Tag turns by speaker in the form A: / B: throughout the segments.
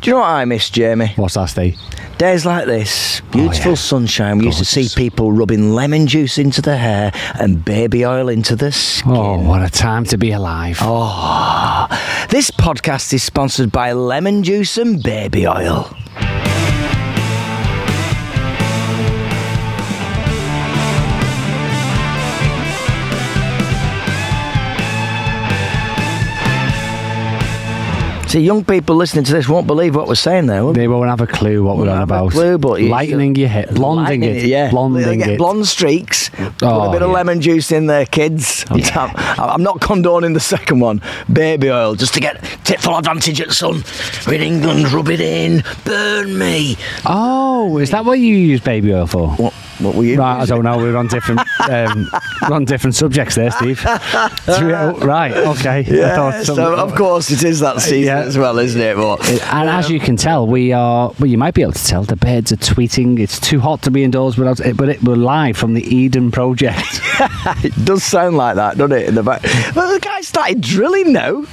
A: Do you know what I miss, Jamie?
B: What's that, Steve?
A: Days like this, beautiful
B: Oh, yeah.
A: sunshine. We used to
B: Gorgeous.
A: see people rubbing lemon juice into their hair and baby oil into the skin.
B: Oh, what a time to be alive. Oh,
A: This podcast is sponsored by lemon juice and baby oil. See, young people listening to this won't believe what we're saying there. will
B: they won't have a clue what we're
A: Won't
B: on
A: have a
B: about.
A: clue, but you-
B: Lightening your hair. Blonding
A: Lightening
B: it.
A: Yeah.
B: Blonding
A: Get
B: it.
A: Blonde streaks. Put a
B: Oh,
A: bit of
B: yeah.
A: lemon juice in there, kids. I'm,
B: Yeah.
A: I'm- I'm not condoning the second one. Baby oil, just to get titful advantage at sun. We're in England, rub it in. Burn me.
B: Oh, is that what you use baby oil for?
A: What, what were you?
B: Right, I don't know. We're on different, um, we're on different subjects there, Steve. Three- oh, right, okay. I thought
A: Yeah,
B: something-
A: so of course it is that season
B: Yeah.
A: as well, isn't it? But
B: And as
A: Um,
B: you can tell, we are. Well, you might be able to tell. The birds are tweeting. It's too hot to be indoors without it. But it, we're live from the Eden Project.
A: it does sound like that, doesn't it? In the back. Well, the guy started drilling now.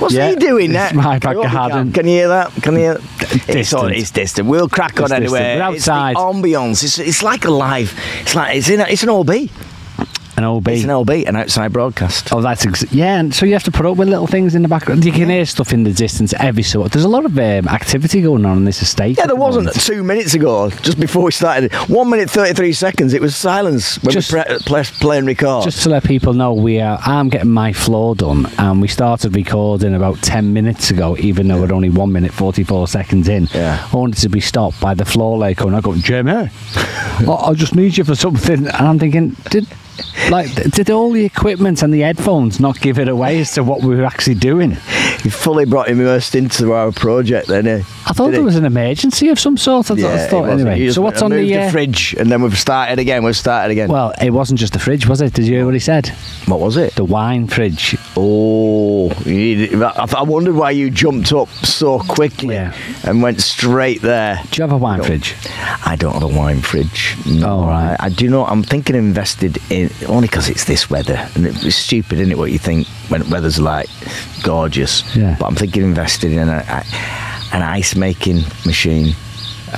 A: What's
B: Yeah,
A: he doing now?
B: it's my back
A: Oh, we can't-
B: garden.
A: Can you hear that? Can you hear It's, all,
B: distant.
A: it's distant. We'll crack on
B: It's distant.
A: anyway.
B: We're
A: It's the
B: outside.
A: ambience. It's, it's like a live. It's like it's in. A, it's an OB.
B: An OB.
A: It's an OB, an outside broadcast.
B: Oh, that's ex- yeah. And so you have to put up with little things in the background. You can hear stuff in the distance every so. There's a lot of um, activity going on in this estate.
A: Yeah,
B: at
A: there
B: the
A: wasn't
B: moment.
A: two minutes ago, just before we started. One minute thirty-three seconds. It was silence when
B: Just-
A: we pre- play, play and record.
B: Just to let people know, we are. I'm getting my floor done, and we started recording about ten minutes ago, even though we're only one minute forty-four seconds in.
A: Yeah.
B: Only to be stopped by the floor layer coming. I go, Jimmy, I, I just need you for something, and I'm thinking, did like did all the equipment and the headphones not give it away as to what we were actually doing?
A: He fully brought him immersed into our project. Then eh?
B: I thought
A: Did
B: there
A: he?
B: was an emergency of some sort. I thought, I
A: Yeah,
B: thought
A: it wasn't. You
B: anyway.
A: just
B: So what's on
A: moved
B: the? Uh,
A: fridge? And then we've started again. We've started again.
B: well, it wasn't just the fridge, was it? Did you hear what he said?
A: what was it?
B: The wine fridge.
A: Oh, you did- I I wondered why you jumped up so quickly
B: Yeah.
A: and went straight there.
B: Do you have a wine fridge?
A: I don't have a wine fridge. No,
B: Oh, right.
A: I, I do not. I'm thinking of invested in only because it's this weather, and it- it's stupid, isn't it? What you think when weather's like gorgeous.
B: Yeah.
A: But I'm thinking invested in a, a, an ice making machine.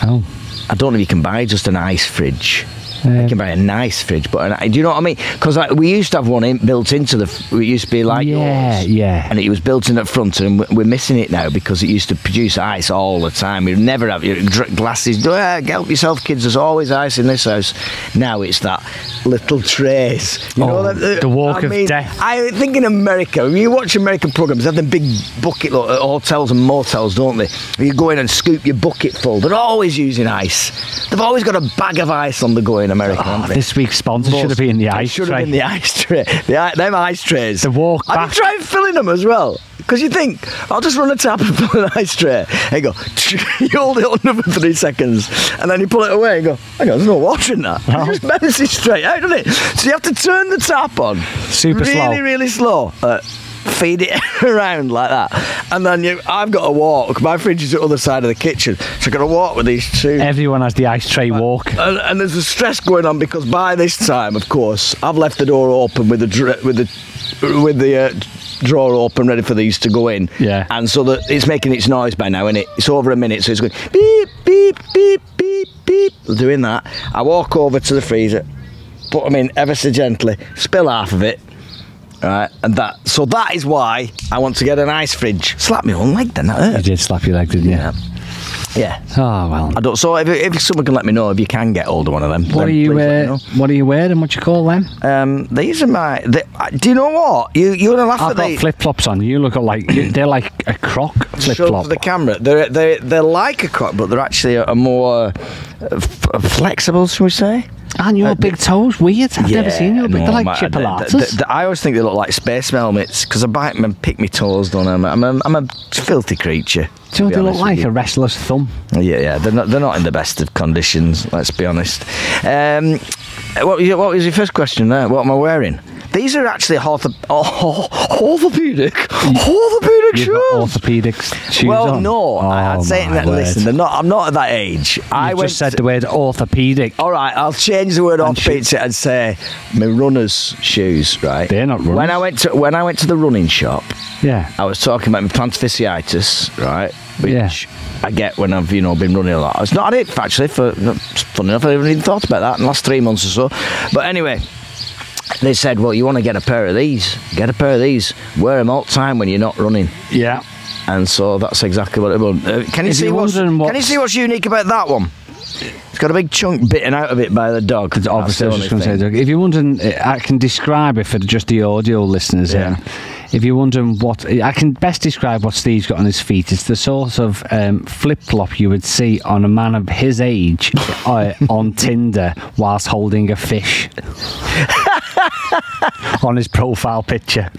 B: Oh.
A: I don't know if you can buy just an ice fridge.
B: Yeah.
A: you can buy a nice fridge, but an, do you know what I mean? Because like, we used to have one in, built into the. f- It used to be like
B: Yeah,
A: yours.
B: yeah.
A: And it was built in up front, and we- we're missing it now because it used to produce ice all the time. We'd never have your dr- glasses. "Ah, help yourself, kids. There's always ice in this house. Now it's that little trays. You
B: Oh,
A: that-
B: the walk
A: I
B: of
A: mean,
B: death.
A: I think in America, when you watch American programs, they have them big bucket look at hotels and motels, don't they? You go in and scoop your bucket full. They're always using ice. They've always got a bag of ice on the go in America.
B: Oh,
A: haven't they?
B: this week's sponsor should have been the
A: It
B: ice
A: Should
B: tray.
A: have been the ice tray. The, i- them ice trays.
B: The walk
A: Have
B: back.
A: you tried filling them as well? Because you think, I'll just run a tap and fill an ice tray. And you go, you hold it on for three seconds. And then you pull it away and go, hang on, there's no water in that. It just bounces straight out, doesn't it? So you have to turn the tap on.
B: Super
A: really,
B: slow.
A: Really, slow. Uh, feed it around like that. And then you, I've got to walk. My fridge is the other side of the kitchen. So I've got to walk with these two.
B: Everyone has the ice tray walk.
A: And, and there's a stress going on because by this time, of course, I've left the door open with the dr- with the with the uh, drawer open, ready for these to go in.
B: Yeah.
A: And so that it's making its noise by now, and it? It's over a minute, so it's going beep beep beep beep beep. Doing that, I walk over to the freezer, put them in ever so gently, spill half of it. Right, and that so that is why I want to get an ice fridge. Slap me on leg then, that
B: You
A: hurt.
B: did slap your leg, didn't you?
A: Yeah. Yeah.
B: Oh well.
A: I don't. So if, if someone can let me know if you can get hold of one of them,
B: What
A: then
B: are you?
A: please let me
B: Uh, what are you wearing? What you call them?
A: know. Um, these are my. They, uh, do you know what? You you're gonna laugh
B: I've
A: at
B: got
A: these.
B: flip flops on. You look like they're like a croc flip
A: Show
B: flop.
A: for the camera. They're they they're like a croc, but they're actually a, a more uh, f- uh, flexible, shall we say?
B: And your big toes weird. I've never
A: uh, Yeah,
B: seen your big.
A: no,
B: they're like
A: mate, they- they-
B: chipolatas.
A: they- they- I always think they look like space helmets because I bite them and pick my toes. Don't I? I'm a, I'm a filthy creature. to
B: Do you know what
A: be
B: they look
A: honest with
B: like?
A: you.
B: A restless thumb.
A: Yeah, yeah, they're not they're not in the best of conditions. Let's be honest. Um, what was your, what was your first question there? What am I wearing? These are actually ortho- oh, orthopedic orthopedic
B: You've
A: shoes.
B: got orthopedics shoes
A: well,
B: on.
A: no, I- I'd
B: Oh,
A: say
B: my
A: that. Listen,
B: word.
A: they're not. I'm not at that age. I
B: You've
A: went
B: just said
A: to- Oh.
B: the word orthopedic.
A: all right, I'll change the word
B: And
A: orthopedic
B: shoes.
A: and say my runners' shoes. Right,
B: They're not runners.
A: When I went to when I went to the running shop,
B: Yeah.
A: I was talking about my plantar fasciitis, right? which
B: Yeah.
A: I get when I've you know been running a lot. It's not a hip actually. For funny enough, I haven't even thought about that in the last three months or so. But anyway, they said, well, you want to get a pair of these? Get a pair of these. Wear them all the time when you're not running.
B: Yeah.
A: And so that's exactly what it was. Uh, can you
B: If
A: see
B: you're
A: what's,
B: wondering
A: Can you
B: what's-
A: see what's unique about that one? It's got a big chunk bitten out of it by the dog.
B: It's obviously, I was just going to say, Doug, if you're wondering, I can describe it for just the audio listeners.
A: Yeah.
B: Yeah. If you're wondering what, I can best describe what Steve's got on his feet. It's the sort of um, flip flop you would see on a man of his age uh, on Tinder whilst holding a fish on his profile picture.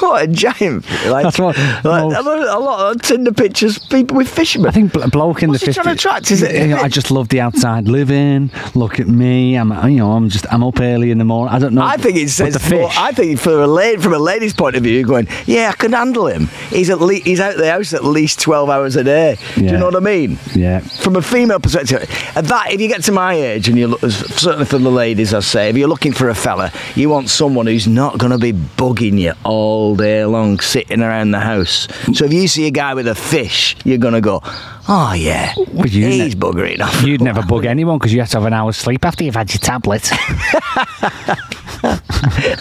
A: what a giant! Like,
B: That's what-
A: like, a, lot, a lot of Tinder pictures, people with fishermen.
B: I think bl- bloke in
A: What's he
B: the 50s.
A: trying to attract? Is it-
B: You know, I just love the outside living. Look at me. I'm, you know, I'm just, I'm up early in the morning. I don't know.
A: I think
B: but
A: it says
B: the
A: more-
B: fish.
A: I think for a la- from a lady's point of view, you're going, yeah, I can handle him. He's at le- he's out the house at least twelve hours a day. Do you
B: Yeah.
A: know what I mean?
B: yeah.
A: From a female perspective, and that if you get to my age and you look, certainly for the ladies, I say, if you're looking for a fella, you want someone who's not going to be bugging you all day long, sitting around the house. So if you see a guy with a fish, you're going to go, oh yeah,
B: Well, you ne-
A: he's buggering off.
B: You'd never bug anyone because you have to have an hour's sleep after you've had your tablet.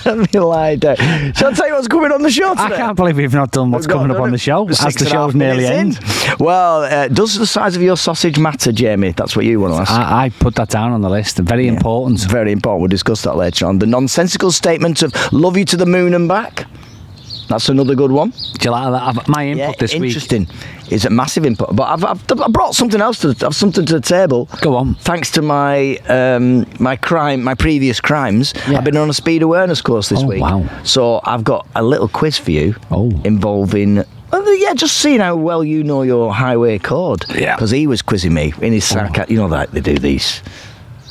A: Let me lie down. Shall I tell you what's coming on the show today?
B: I can't believe we've not done what's
A: We've got
B: coming up on
A: another
B: the show as
A: six
B: the
A: and a half
B: show's nearly
A: minutes
B: end.
A: in. Well, uh, does the size of your sausage matter, Jamie? That's what you want to ask.
B: I, I put that down on the list. Very important.
A: It's very important. We'll discuss that later on. The nonsensical statement of love you to the moon and back. That's another good one.
B: Do you like that? I've- My input this week.
A: interesting. It's a massive input. But I've, I've, I brought something else to the, I've something to the table.
B: Go on.
A: Um,
B: Oh,
A: Thanks to my um, my crime, my previous crimes,
B: Yeah.
A: I've been on a speed awareness course this
B: Oh,
A: week.
B: wow.
A: So I've got a little quiz for you
B: Oh.
A: involving. uh, Yeah, just seeing how well you know your highway code.
B: Yeah. Oh.
A: Because he was quizzing me in his sarcasm. You know that they do these.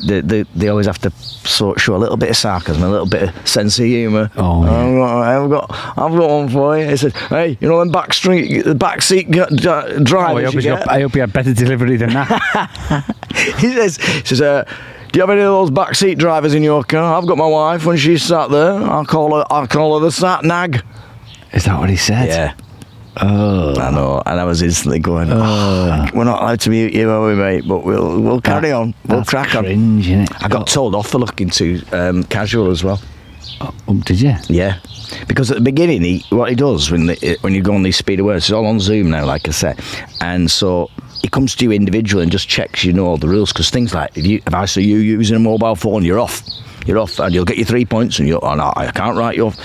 A: They, they, they always have to sort show a little bit of sarcasm, a little bit of sense of humour.
B: Oh, yeah.
A: I've got, I've got, I've got one for you. He said, "Hey, you know them back street, the back seat g- d- uh,
B: Oh, I
A: drivers
B: hope,
A: you
B: he's
A: get."
B: got, I hope he had better delivery than that.
A: he says, he says uh, "Do you have any of those back seat drivers in your car? I've got my wife when she's sat there. I'll call her. I'll call her the sat nag."
B: Is that what he said?
A: Yeah. Oh. I know, and I was instantly going, oh, "We're not allowed to mute you, are we, mate?" But we'll we'll carry on. We'll
B: That's
A: crack on.
B: cringe, innit?
A: I got told off for looking too um, casual as well.
B: Oh, did you?
A: Yeah, because at the beginning, he, what he does when the, eh, when you go on these speed awareness, it's all on Zoom now, like I said, and so he comes to you individually and just checks you know all the rules because things like if you if I see you using a mobile phone, you're off, you're off, and you'll get your three points, and you're oh, no, I can't write you off,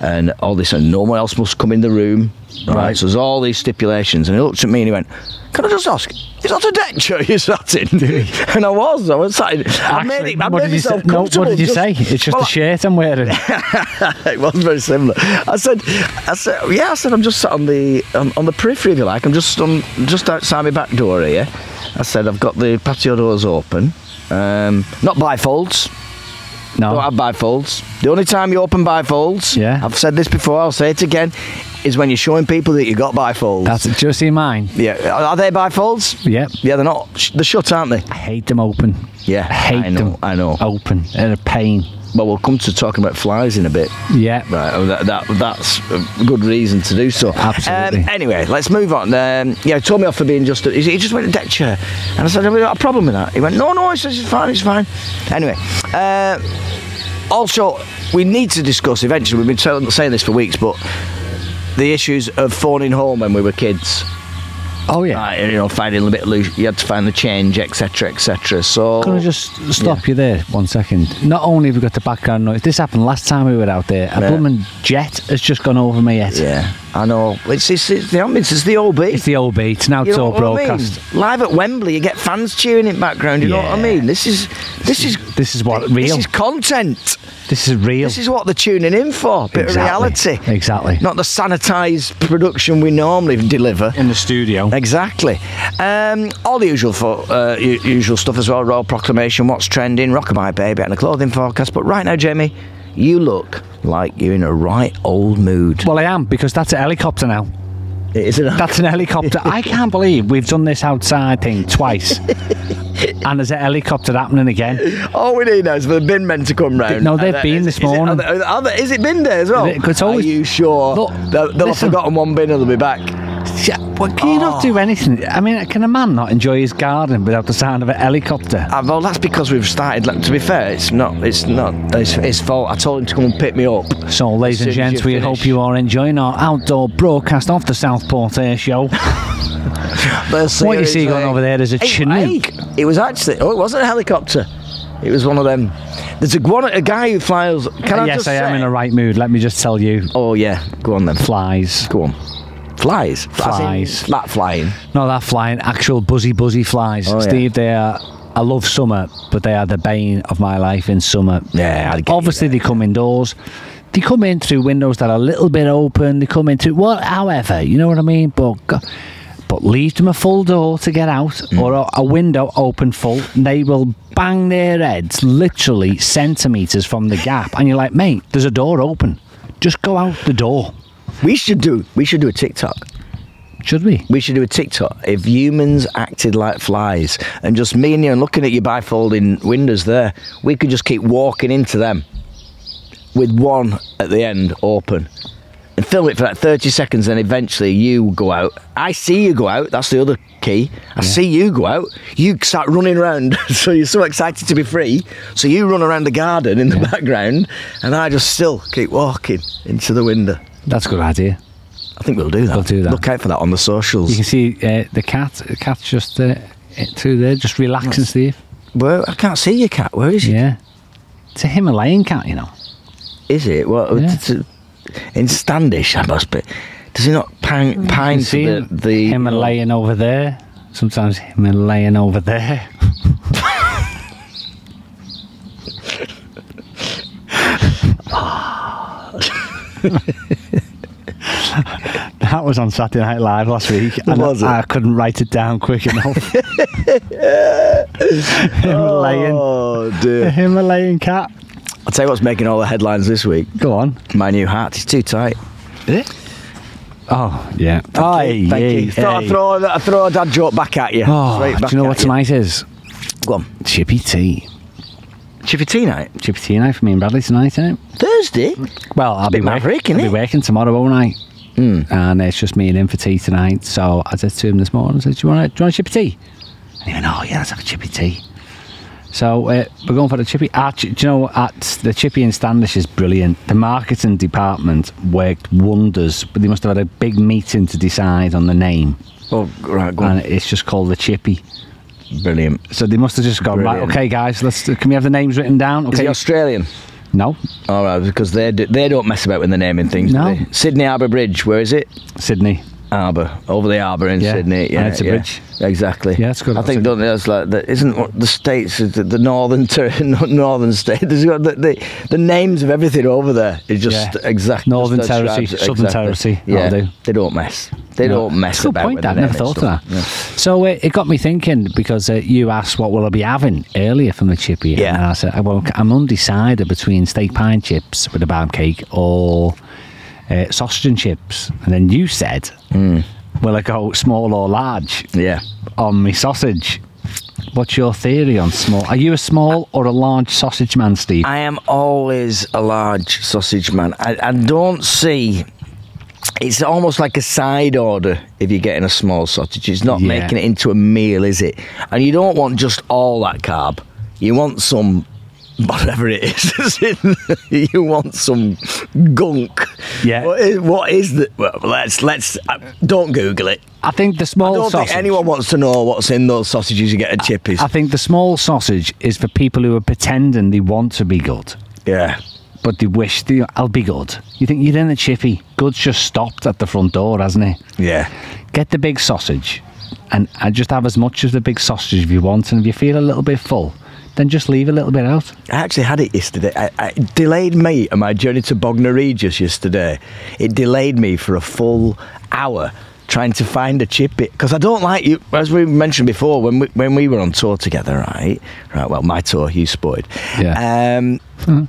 A: and all this, and no one else must come in the room, right?
B: Right.
A: So there's all these stipulations, and he looked at me and he went, "Can I just ask?" Is that a deck chair you sat in? and I was. I was sat in. I made,
B: Actually,
A: it, I
B: what
A: made
B: did you say?
A: myself
B: No,
A: comfortable.
B: what did you
A: just-
B: say? It's just
A: Well,
B: a shirt I'm wearing.
A: it was very similar. I said, I said, yeah, I said, I'm just sat on the on, on the periphery, if you like. I'm just on just outside my back door here. I said, I've got the patio doors open. Um, not bifolds. I Don't
B: No.
A: have bifolds. The only time you open bifolds,
B: Oh. Yeah.
A: I've said this before. I'll say it again, is when you're showing people that you got bifolds.
B: That's it. Do you see mine?
A: yeah. Are, are they bifolds?
B: Yep.
A: Yeah, they're not. sh- They're shut, aren't they?
B: I hate them open.
A: Yeah,
B: I hate
A: I know,
B: them.
A: I know.
B: Open. They're a pain.
A: Well, we'll come to talking about flies in a bit.
B: Yeah.
A: Right, oh, that, that, that's a good reason to do so.
B: Absolutely.
A: Um, anyway, let's move on. Um, yeah, he told me off for being just. A, he just went to deck chair, and I said, "Have you got a problem with that?" He went, "No, no," he says, "It's fine, it's fine." Anyway, uh, also we need to discuss eventually. We've been tell- saying this for weeks, but the issues of phoning home when we were kids.
B: Oh, yeah.
A: Right, you know, finding a bit loose. You had to find the change, etc., etc. So
B: Can I just stop you there one second? Not only have we got the background noise, this happened last time we were out there. A
A: Yeah.
B: blooming jet has just gone over my head.
A: yeah, I know. It's it's, it's the ambulance. It's the OB.
B: It's the old beat. It's now
A: You know
B: all
A: what I mean?
B: broadcast.
A: Live at Wembley, you get fans cheering in background. You know what I
B: Yeah.
A: mean? This is this is
B: This is what
A: this
B: real.
A: is content.
B: This is real.
A: This is what they're tuning in for. Bit
B: Exactly.
A: of reality,
B: Exactly.
A: not the sanitised production we normally deliver.
B: in the studio.
A: Exactly. Um, all the usual for, uh, u- usual stuff as well. Royal proclamation, what's trending, rockabye baby, and a clothing forecast. But right now, Jamie, you look like you're in a right old mood.
B: Well, I am because that's a helicopter now.
A: Is it?
B: That's an helicopter. I can't believe we've done this outside thing twice, and there's a helicopter happening again.
A: All Oh, we need now is for the bin men to come round.
B: No, they've
A: And, uh,
B: been
A: is-
B: this
A: is it- are
B: morning.
A: they- are they- Is it bin day as well?
B: It's always-
A: Are you sure?
B: Look,
A: they'll they'll have
B: listen.
A: forgotten one bin and they'll be back.
B: Sh- Well, can you not do anything? I mean, can a man not enjoy his garden without the sound of a helicopter?
A: Uh, well, that's because we've started. Like, to be fair, it's not. It's not. It's his fault. I told him to come and pick me up.
B: So, ladies and
A: soon as
B: gents,
A: you
B: we
A: finish.
B: hope you are enjoying our outdoor broadcast of the Southport Air Show. What you see going over there is a Chinook.
A: It was actually. Oh, it wasn't a helicopter. It was one of them. There's a one. A guy who flies. Can I
B: yes,
A: just
B: I am
A: say-
B: in a right mood. Let me just tell you,
A: Oh yeah. Go on then.
B: flies.
A: Go on. Flies.
B: Flies.
A: Flat flying.
B: No, that flying, actual buzzy buzzy flies.
A: Oh, yeah.
B: Steve, they are. I love summer, but they are the bane of my life in summer.
A: Yeah, I get you
B: obviously they come indoors. They come in through windows that are a little bit open. They come into well, however, you know what I mean. But go- but leave them a full door to get out,
A: Mm.
B: or a, a window open full. and They will bang their heads literally centimeters from the gap, and you're like, mate, there's a door open. Just go out the door,
A: We should do. We should do a TikTok.
B: should we?
A: We should do a TikTok. If humans acted like flies, and just me and you, and looking at your bifolding windows there, we could just keep walking into them, with one at the end open, and film it for like thirty seconds. Then eventually you go out. I see you go out. That's the other key. I see you go out. You start running around, so you're so excited to be free. So you run around the garden in the background, and I just still keep walking into the window.
B: That's a good idea.
A: I think we'll do that.
B: We'll do that.
A: Look out for that on the socials.
B: You can see uh, the cat. The cat's just uh, through there, just relaxing, Steve.
A: Well, I can't see your cat. Where is he?
B: Yeah. It's a Himalayan cat, you know.
A: Is it? Well,
B: Yeah.
A: it's a- in Standish, I must be. Does he not pine,
B: You
A: pine
B: can see
A: to the,
B: him,
A: the
B: Himalayan over there. Sometimes Himalayan over there. that was on Saturday Night Live last week. And
A: Was it?
B: I, couldn't write it down quick enough. Himalayan,
A: Oh dear!
B: Himalayan cat.
A: I'll tell you what's making all the headlines this week.
B: Go on.
A: My new hat. It's too tight.
B: Oh yeah. Thank
A: Thank you. Throw, I throw, I throw a dad joke back at you.
B: Oh,
A: Straight
B: do
A: back
B: you know
A: at
B: what tonight is?
A: Go on.
B: Chippy tea.
A: Chippy tea night.
B: Chippy tea night for me and Bradley tonight, eh? isn't it?
A: Thursday.
B: Well, I'll be,
A: bit
B: work-
A: maverick, innit?
B: I'll be working tomorrow, won't I?
A: Mm.
B: And it's just me and him for tea tonight. So I said to him this morning, I said, Do you want to, do you want a chippy tea? And he went, Oh, yeah, let's have a chippy tea. So uh, we're going for the chippy. Ah, chi- do you know what? At the chippy in Standish is brilliant. The marketing department worked wonders, but they must have had a big meeting to decide on the name.
A: Oh right, go on.
B: And it's just called the chippy.
A: Brilliant.
B: So they must have just gone,
A: Brilliant.
B: Right, okay, guys, let's can we have the names written down?
A: Is
B: Okay.
A: he Australian?
B: no,
A: All right, because they do, they don't mess about when they're naming things. do
B: No.
A: they? Sydney Harbour Bridge. Where is it?
B: Sydney.
A: Harbour, over the harbour in
B: Yeah,
A: Sydney.
B: and
A: Yeah,
B: it's a
A: yeah,
B: bridge.
A: Exactly.
B: Yeah, it's good.
A: I think don't they, that's like that. Isn't what the states is the, the northern ter- northern state? There's got the, the the names of everything over there is just
B: Yeah.
A: exact.
B: Northern
A: just
B: Territory,
A: describes-
B: Southern Territory,
A: Yeah,
B: that'll do.
A: they don't mess. They
B: No.
A: don't mess
B: That's a good
A: about.
B: point.
A: with
B: That
A: the
B: I never
A: naming
B: thought of
A: stuff.
B: that. So uh, it got me thinking because uh, you asked what will I be having earlier from the chippy,
A: Yeah.
B: and I said, "Oh, well, I'm undecided between steak pine chips with a barm cake or uh, sausage and chips." And then you said,
A: Hmm.
B: "Will I go small or large
A: Yeah.
B: on me sausage?" What's your theory on small? Are you a small or a large sausage man, Steve?
A: I am always a large sausage man. I, I don't see. It's almost like a side order if you're getting a small sausage. It's not
B: Yeah.
A: making it into a meal, is it? And you don't want just all that carb. You want some, whatever it is. as in, you want some gunk.
B: Yeah.
A: What is, what is the? Well, let's let's uh, don't Google it.
B: I think the
A: I
B: small
A: don't
B: sausage.
A: think anyone wants to know what's in those sausages you get at Chippies.
B: I think the small sausage is for people who are pretending they want to be good.
A: yeah.
B: but they wish they, I'll be good. You think you're in the chippy. Good's just stopped at the front door, hasn't it?
A: Yeah.
B: Get the big sausage and, and just have as much of the big sausage if you want. And if you feel a little bit full, then just leave a little bit out.
A: I actually had it yesterday. I, I it delayed me on my journey to Bognor Regis yesterday. It delayed me for a full hour trying to find a chippy because I don't like you. As we mentioned before, when we when we were on tour together, right, right. Well, my tour, you spotted.
B: Yeah.
A: Um,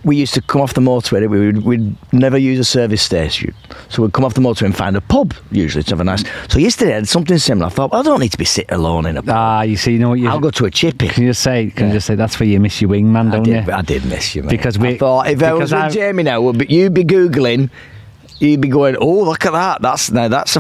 A: We used to come off the motorway. We would we'd never use a service station, so we'd come off the motorway and find a pub usually to have a nice. So yesterday I had something similar. I thought well, I don't need to be sitting alone in a pub.
B: Ah, you see, you know what you
A: I'll go to a chippy.
B: can you just say? Can you just say that's where you miss your wingman,
A: I
B: don't
A: did,
B: you?
A: I did miss you, mate.
B: Because we-
A: I thought if I was
B: because
A: with
B: I-
A: Jamie now, would be, you'd be googling you'd be going, oh, look at that. That's now that's a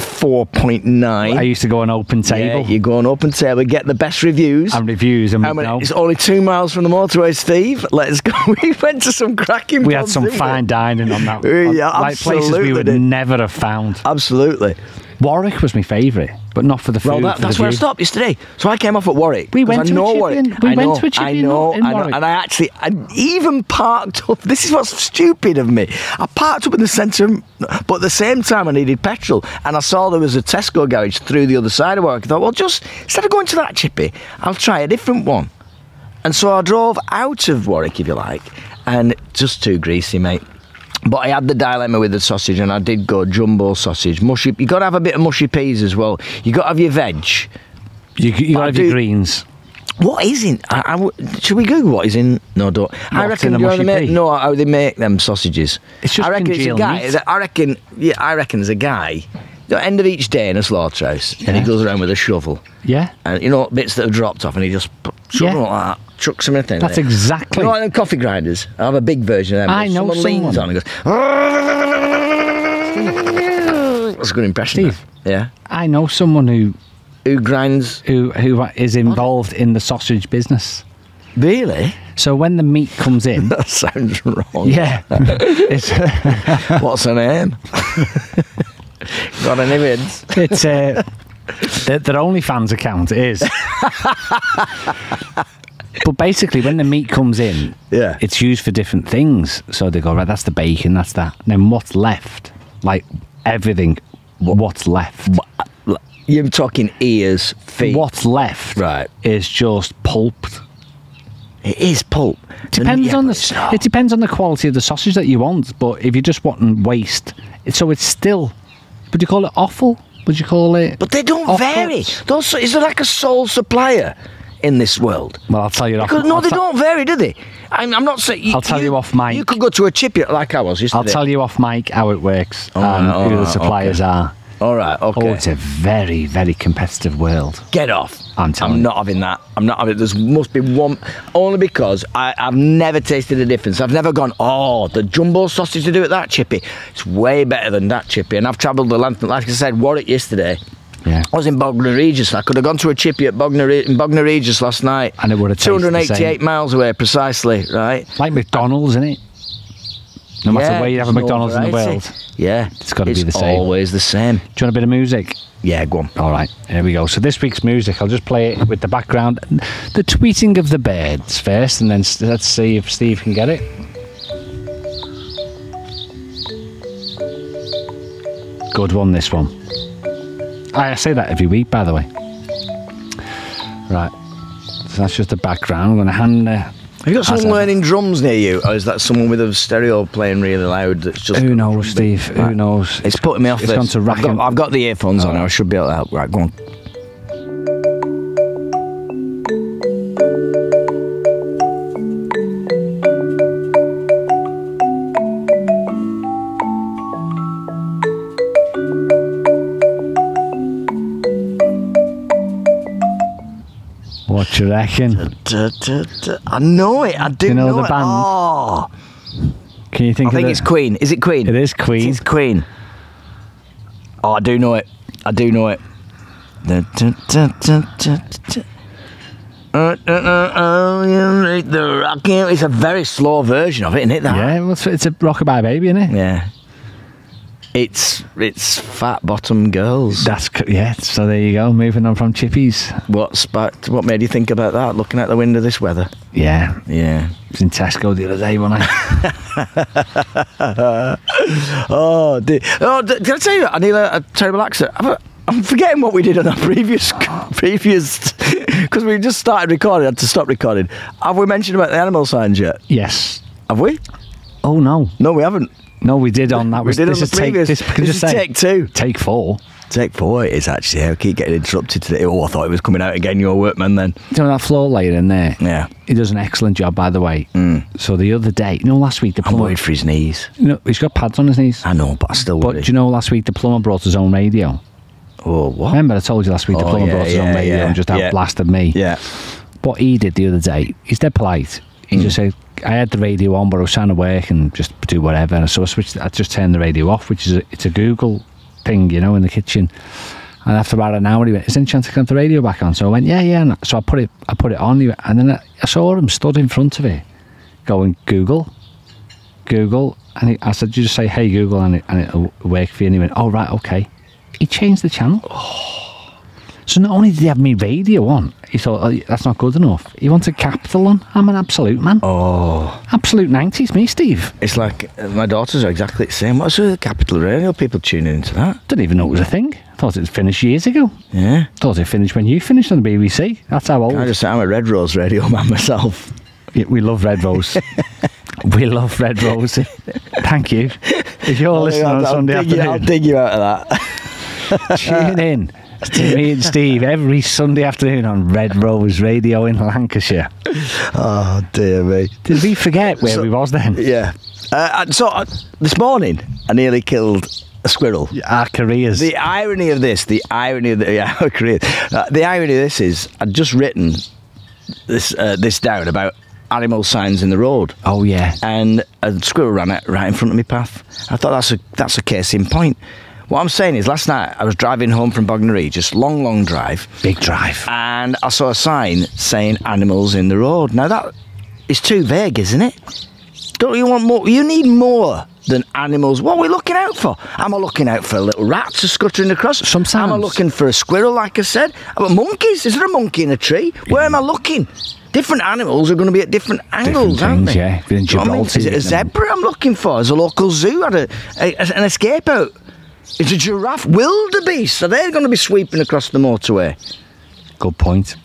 A: 4.9.
B: I used to go on open
A: Yeah,
B: table
A: you go on open table, get the best reviews.
B: and reviews, and
A: How many-
B: no,
A: It's only two miles from the motorway, Steve. Let's go. We went to some cracking.
B: we had
A: pubs,
B: some
A: didn't we?
B: fine dining on that.
A: Yeah,
B: on- like places we
A: absolutely
B: would
A: did.
B: never have found.
A: Absolutely.
B: Warwick was my favourite, but not for the food.
A: Well, that,
B: for
A: that's
B: the
A: where I
B: view.
A: stopped yesterday. So I came off at Warwick.
B: We
A: 'cause
B: went
A: I
B: to a
A: know
B: chip
A: Warwick.
B: in. We
A: I
B: went
A: know,
B: to a chip
A: I
B: in in-
A: know,
B: in
A: I know.
B: Warwick.
A: And I actually, I even parked up. This is what's stupid of me. I parked up in the centre, of- but at the same time, I needed petrol. And I saw there was a Tesco garage through the other side of Warwick. I thought, well, just instead of going to that chippy, I'll try a different one. And so I drove out of Warwick, if you like, and just too greasy, mate. But I had the dilemma with the sausage, and I did go jumbo sausage, mushy. You got to have a bit of mushy peas as well. You got to have your veg.
B: You, you
A: I
B: gotta have your
A: do-
B: greens.
A: What is in? I, I w- should we Google what is in? No, don't. I
B: What's
A: reckon
B: in
A: you
B: a
A: know how they
B: mushy
A: make,
B: pea?
A: no how they make them sausages.
B: It's just
A: I reckon it's a
B: congealed
A: guy.
B: meat.
A: I reckon. Yeah, I reckon there's a guy. At the end of each day in a slaughterhouse, and he
B: Yeah.
A: goes around with a shovel,
B: Yeah.
A: and you know bits that have dropped off, and he just p- chucks
B: Yeah.
A: them like that, chucks them in a thing.
B: That's
A: like-
B: exactly-
A: You know, like them coffee grinders. I have a big version of them.
B: I know
A: someone leans on
B: someone.
A: and goes. That's a good impression. that.
B: Steve.
A: Yeah.
B: I know someone who
A: Who grinds?
B: who who is involved in the sausage business.
A: Really?
B: So when the meat comes in,
A: That sounds wrong.
B: yeah, it's
A: What's her name? Got any bids?
B: it's uh, their, their OnlyFans account is. but basically, when the meat comes in,
A: Yeah.
B: it's used for different things. So they go right, that's the bacon, that's that. And then what's left? Like everything, what's left?
A: You're talking ears, feet.
B: What's left?
A: Right.
B: is just pulped.
A: It is pulp.
B: depends
A: Yeah,
B: on
A: but
B: the
A: it's
B: s-
A: not.
B: it depends on the quality of the sausage that you want but if you're just wanting waste it- so it's still would you call it offal would you call it
A: But they don't
B: offcuts?
A: vary. Those, is there like a sole supplier in this world?
B: well i'll tell you off,
A: Because no,
B: I'll
A: they
B: te-
A: don't vary, do they? I'm, I'm not saying.
B: I'll tell you off mic.
A: You could go to a chip like I was yesterday.
B: i'll tell you off mic how it works
A: Alright,
B: and who the
A: alright,
B: suppliers are
A: All right. oh, Okay.
B: oh it's a very very competitive world
A: Get off.
B: I'm telling
A: I'm
B: you.
A: not having that. I'm not having There must be one. Only because I, I've never tasted a difference. I've never gone, oh, the jumbo sausage to do at that chippy. It's way better than that chippy. And I've travelled the length, and like I said, Warwick yesterday.
B: yeah
A: I was in Bognor Regis. I could have gone to a chippy at Bognor, in Bognor Regis last night.
B: And it would have tasted the
A: 288
B: same.
A: miles away, precisely, right?
B: like mcdonald's isn't it no matter
A: Yeah,
B: where you have a
A: there's no
B: mcdonald's in the
A: variety.
B: world
A: Yeah.
B: It's gotta be the same.
A: always the same.
B: do you want a bit of music
A: Yeah, go on.
B: All right, here we go. So this week's music, I'll just play it with the background, the tweeting of the birds first, and then s- let's see if Steve can get it. Good one, this one. I I say that every week, by the way. Right, so that's just the background. I'm going to hand. Uh,
A: Have you got someone
B: As ever.
A: learning drums near you? Or is that someone with a stereo playing really loud that's just.
B: who knows, Steve? Who knows?
A: It's putting me off.
B: It's
A: this.
B: gone to Oh. rack
A: I've got,
B: and-
A: I've got the earphones on. I should be able to help. Right, go on.
B: What you reckon?
A: Da, da, da. I know it. I do
B: you know the
A: it.
B: band?
A: Oh,
B: Can you think?
A: I
B: of
A: think
B: the-
A: it's Queen. Is it Queen?
B: It is Queen.
A: It's Queen. Oh, I do know it. I do know it. Da, da, da, da, da, da. Uh, uh, uh, oh, you make the rockin'. It's a very slow version of it, isn't it? That?
B: Yeah, well, it's, it's a rockabye baby, isn't it?
A: Yeah. It's it's fat bottom girls.
B: That's c- yeah. So there you go. Moving on from chippies.
A: What sparked? What made you think about that? Looking out the window this weather.
B: Yeah,
A: Yeah.
B: I was in Tesco the other day when I.
A: Oh, did, oh, d- did I tell you that? I need a, a terrible accent. I'm, I'm forgetting what we did on our previous previous because we just started recording. had to stop recording. Have we mentioned about the animal signs yet?
B: yes.
A: Have we?
B: Oh no,
A: No, we haven't.
B: no, we did on that.
A: We
B: was-
A: did on
B: this
A: the
B: is take,
A: previous-
B: this, can I
A: this
B: just
A: is
B: say-
A: take two.
B: Take four.
A: Take four. It is actually. I keep getting interrupted today. Oh, I thought it was coming out again. Your workman then.
B: You know that floor layer in there.
A: Yeah. Hmm.
B: He does an excellent job, by the way. So the other day, you know, last week the
A: I'm
B: plumber,
A: worried for his knees.
B: you know, he's got pads on his knees.
A: I know, but I still
B: But do
A: worry.
B: you know, last week the plumber brought his own radio.
A: oh, what?
B: Remember, I told you last week the
A: Oh,
B: plumber
A: yeah,
B: brought his
A: yeah,
B: own radio
A: yeah,
B: and just
A: yeah.
B: outblasted me.
A: Yeah.
B: What he did the other day, he's dead polite. He just said, I had the radio on, but I was trying to work and just do whatever. And so I switched. I just turned the radio off, which is a, it's a Google thing, you know, in the kitchen. And after about an hour, he went, "Is there any chance I can have the radio back on?" So I went, "Yeah, yeah." And so I put it, I put it on, He went- and then I, I saw him stood in front of it, going Google, Google, and he, I said, "You just say hey Google, and, it, and it'll work for you." And he went, "Oh right, okay." He changed the channel. So not only did he have me radio on, he thought oh, that's not good enough. He wanted capital on. I'm an absolute man.
A: Oh,
B: Absolute nineties, me Steve.
A: it's like uh, my daughters are exactly the same. What's with the capital radio? People tuning into that.
B: Didn't even know it was a thing. Thought it was finished years ago.
A: Yeah.
B: Thought it finished when you finished on the BBC. That's how old
A: Can I just say I'm a Red Rose radio man myself.
B: Yeah, we love Red Rose. we love Red Rose. Thank you. If you're listening on
A: Oh, I'll,
B: Sunday
A: dig you, I'll
B: afternoon,
A: dig you out of that.
B: tune in to me and Steve every Sunday afternoon on Red Rose Radio in Lancashire.
A: Oh dear me.
B: Did we forget where
A: So-
B: we was then?
A: Yeah. Uh, and so uh, this morning I nearly killed a squirrel.
B: Our careers.
A: The irony of this, the irony of the, yeah, our career, uh, the irony of this is I'd just written this uh, this down about animal signs in the road,
B: oh yeah.
A: and a squirrel ran it right in front of my path. I thought that's a that's a case in point. What I'm saying is, last night I was driving home from Bognor just long, long drive,
B: Big drive.
A: and I saw a sign saying "animals in the road." Now that is too vague, isn't it? Don't you want more? You need more than animals. What are we looking out for? Am I looking out for little rats scuttering across?
B: Sometimes.
A: Am I looking for a squirrel? Like I said, about monkeys. Is there a monkey in a tree? Where am I looking? Different animals are going to be at different angles, aren't
B: things,
A: they?
B: yeah. Been in
A: Do you know what I mean?
B: Gibraltar,
A: Is it a
B: you know.
A: zebra I'm looking for? Is a local zoo had a, a- a- an escape out? It's a giraffe. Wildebeest. So they're going to be sweeping across the motorway.
B: Good point.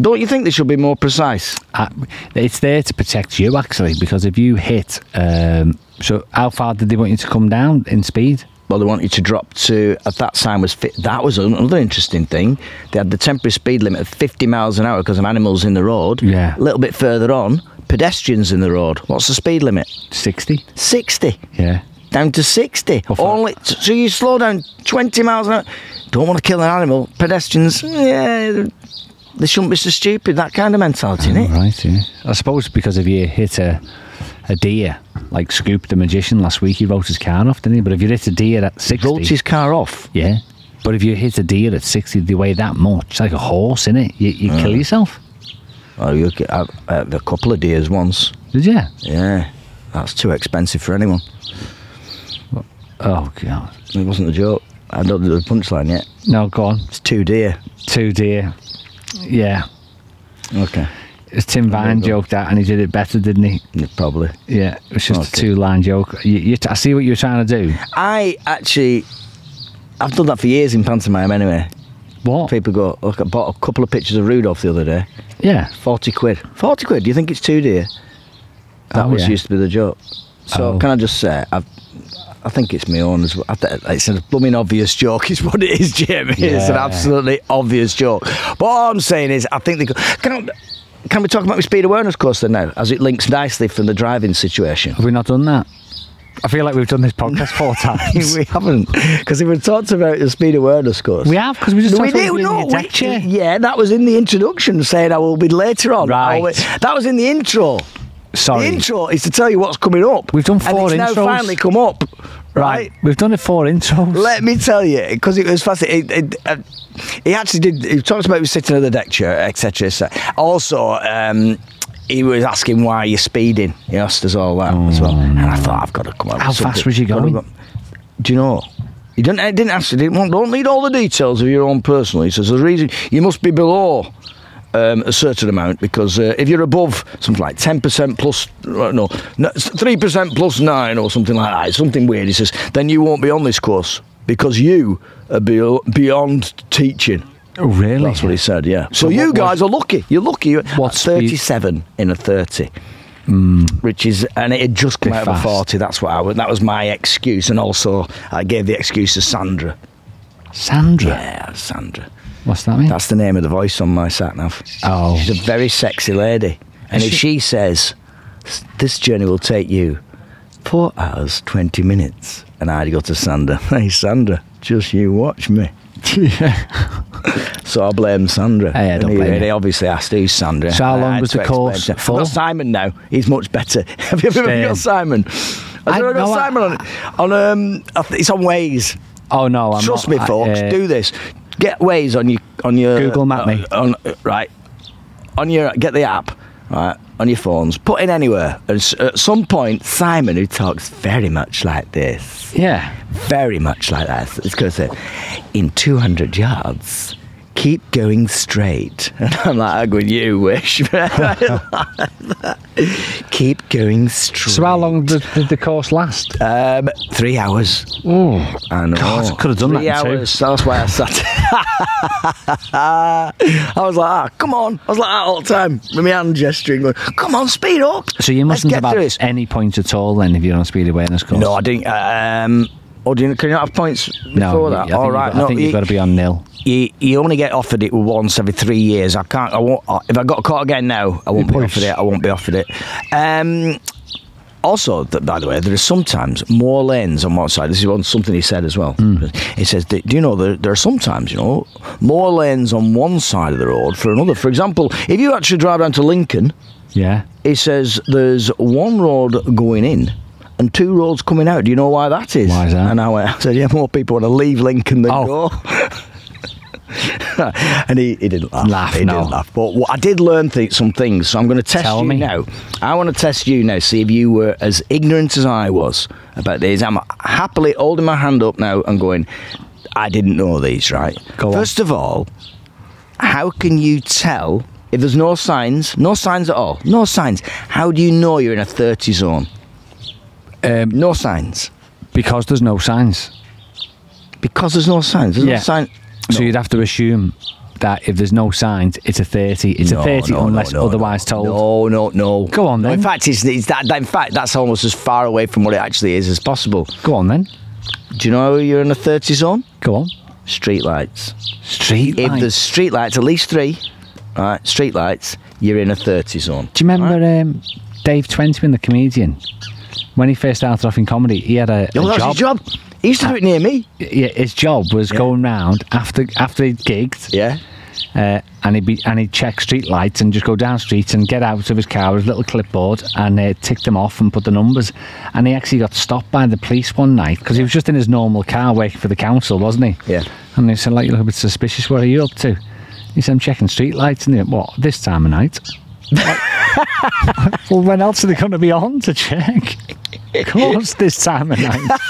A: Don't you think they should be more precise?
B: Uh, it's there to protect you actually, because if you hit, um, so how far did they want you to come down in speed?
A: Well, they wanted to drop to at that time was fit. That was another interesting thing. They had the temporary speed limit of 50 miles an hour because of animals in the road.
B: Yeah.
A: A little bit further on, pedestrians in the road. What's the speed limit?
B: Sixty.
A: 60.
B: Yeah.
A: Down to 60.
B: Off that.
A: Only so you slow down 20 miles an hour. Don't want to kill an animal. Pedestrians, yeah, they shouldn't be so stupid. That kind of mentality, innit?
B: Right. Yeah. I suppose because if you hit a a deer, like Scoop the magician last week, he wrote his car off, didn't he? But if you hit a deer at sixty,
A: Wrote his car off.
B: yeah. But if you hit a deer at sixty, they weigh that much, it's like a horse, in it. You, you kill yourself.
A: Oh, you could have uh, a couple of deers once.
B: Did you?
A: Yeah, that's too expensive for anyone.
B: Oh god.
A: It wasn't a joke. I don't do the punchline yet.
B: No, go on.
A: It's too dear.
B: Two deer. Yeah.
A: Okay.
B: It's Tim Vine joked that, and he did it better, didn't he?
A: Yeah, Probably.
B: Yeah, it was just a
A: Oh, Okay.
B: two line joke. You, you t- I see what you're trying to do.
A: I actually, I've done that for years in pantomime anyway.
B: What?
A: People go, look, I bought a couple of pictures of Rudolph the other day.
B: Yeah.
A: 40 quid. 40 quid? Do you think it's too dear? That
B: Oh,
A: was
B: yeah.
A: used to be the joke. So
B: Oh.
A: can I just say, I've, I think it's my own as well. I th- it's a blooming obvious joke, is what it is, Jamie. It's an
B: Yeah.
A: absolutely obvious joke. But all I'm saying is, I think they could. Can, I- can we talk about my speed awareness course then now, as it links nicely from the driving situation?
B: Have we not done that? I feel like we've done this podcast four times.
A: we haven't, because we talked about the speed awareness course.
B: we have, because we just
A: we
B: talked about
A: do
B: being in
A: no,
B: your
A: we-
B: deck chair.
A: yeah, that was in the introduction saying I will be later on. I will
B: Right.
A: be- that was in the intro.
B: Sorry.
A: The intro is to tell you what's coming up.
B: We've done
A: and
B: four
A: it's
B: intros.
A: now finally come up, right?
B: Right. We've done it four intros.
A: Let me tell you, because it was fascinating. It, it, uh, he actually did. He talked about he was sitting on the deck chair, etc. So. Also, um, he was asking why you're speeding. He asked us all that as
B: Oh.
A: well, and I thought I've got to come up.
B: How
A: with
B: fast
A: something.
B: was you
A: Gotta
B: going?
A: go- Do you know? He didn't. He didn't ask. He didn't want. Don't need all the details of your own personal. He says the reason you must be below. Um, a certain amount because uh, if you're above something like 10% plus, uh, no, no, 3% plus 9 or something like that, it's something weird, he says, then you won't be on this course because you are be- beyond teaching.
B: Oh, really?
A: That's what he said, yeah. So,
B: So
A: you
B: what-
A: guys are lucky. You're lucky. You're
B: What
A: at
B: speed-
A: 37 in a 30. Which is, and it had just come
B: Bit
A: out
B: fast.
A: of a 40. That's what I was, that was my excuse. And also, I gave the excuse to Sandra.
B: Sandra.
A: Yeah, Sandra.
B: What's that mean?
A: That's the name of the voice on my sat nav.
B: Oh.
A: She's a very sexy lady. And
B: Is
A: if she says, This journey will take you four hours, 20 minutes, and I'd go to Sandra, Hey, Sandra, just you watch me. So I blame Sandra.
B: Hey, I don't
A: and he,
B: blame
A: and
B: you.
A: he obviously asked who's Sandra.
B: So how
A: I
B: long
A: had
B: was
A: to
B: the course
A: explain to-
B: for?
A: I've got Simon now. He's much better. Have you ever
B: Same.
A: got Simon? I
B: I-
A: don't know.
B: no, I-
A: Simon on it. On um, I th- it's on Waze.
B: Oh no, I'm
A: Trust
B: not-
A: me,
B: I-
A: folks.
B: uh,
A: do this. Get Waze on your on your uh,
B: Google Map me.
A: on, right on your get the app right on your phones. Put in anywhere, and s- at some point, Simon, who talks very much like this,
B: Yeah.
A: very much like that, is going to say, in two hundred yards. Keep going straight. And I'm like, I'm going, you wish. Keep going straight.
B: So how long did, did the course last?
A: Um, three hours.
B: Oh,
A: I know.
B: God, I could have done
A: Three
B: that in two.
A: hours. That's why I sat. I was like, ah, come on. I was like that all the time with my hand gesturing, going, come on, speed up.
B: So you
A: Let's
B: mustn't
A: get
B: have had
A: through this.
B: any points at all then if you're on a speed awareness course.
A: No, I didn't. Um, oh, do you, can you not have points before
B: no, I
A: that?
B: think,
A: all
B: you've
A: right.
B: got- I
A: no,
B: think you've
A: you-
B: got to be on nil.
A: you, you only get offered it once every three years. I can't. I won't. I- If I got caught again now, I won't be
B: points.
A: offered it. I won't be offered it. Um, also, th- by the way, there are sometimes more lanes on one side. This is one something he said as well. He says, that, "Do you know there, there are sometimes you know more lanes on one side of the road for another? For example, if you actually drive down to Lincoln,
B: Yeah.
A: he says there's one road going in." And two roads coming out. Do you know why that is?
B: Why is that?
A: And I went, I said, yeah, more people want to leave Lincoln than
B: Oh.
A: go and he, he didn't laugh.
B: Laugh,
A: he
B: no.
A: didn't laugh. But what, I did learn th- some things, so I'm going to test
B: Tell
A: you
B: me.
A: now. I want to test you now, see if you were as ignorant as I was about these. I'm happily holding my hand up now and going, I didn't know these, right?
B: Go on.
A: First of all, how can you tell if there's no signs, no signs at all, no signs? How do you know you're in a 30 zone?
B: Um,
A: No signs.
B: because there's no signs.
A: Because there's no signs. There's
B: Yeah.
A: no sign.
B: So you'd have to assume that if there's no signs, it's a 30. It's a 30 unless otherwise
A: no.
B: told.
A: No, no, no.
B: Go on
A: No, In
B: then.
A: fact, it's, it's that, that- in fact, that's almost as far away from what it actually is as possible.
B: Go on then.
A: Do you know you're in a 30 zone?
B: Go on.
A: Streetlights.
B: Street
A: If
B: lights.
A: there's streetlights, at least three, all right, streetlights, you're in a 30 zone.
B: Do you remember um, Dave Twentman, the comedian? When he first started off in comedy, he had a,
A: Oh,
B: a
A: that's
B: job.
A: his job. He used to do it near me.
B: Yeah, his job was going round after after he'd gigged,
A: Yeah.
B: uh, and he'd be and he'd check street lights and just go down streets and get out of his car with his little clipboard and uh, tick them off and put the numbers. And he actually got stopped by the police one night because he was just in his normal car waiting for the council, wasn't he?
A: Yeah.
B: And they said, "Like you look a bit suspicious. What are you up to?" He said, "I'm checking street lights." And they went, "What this time of night?" well, when else are they going to be on to check? Of course, this time of night.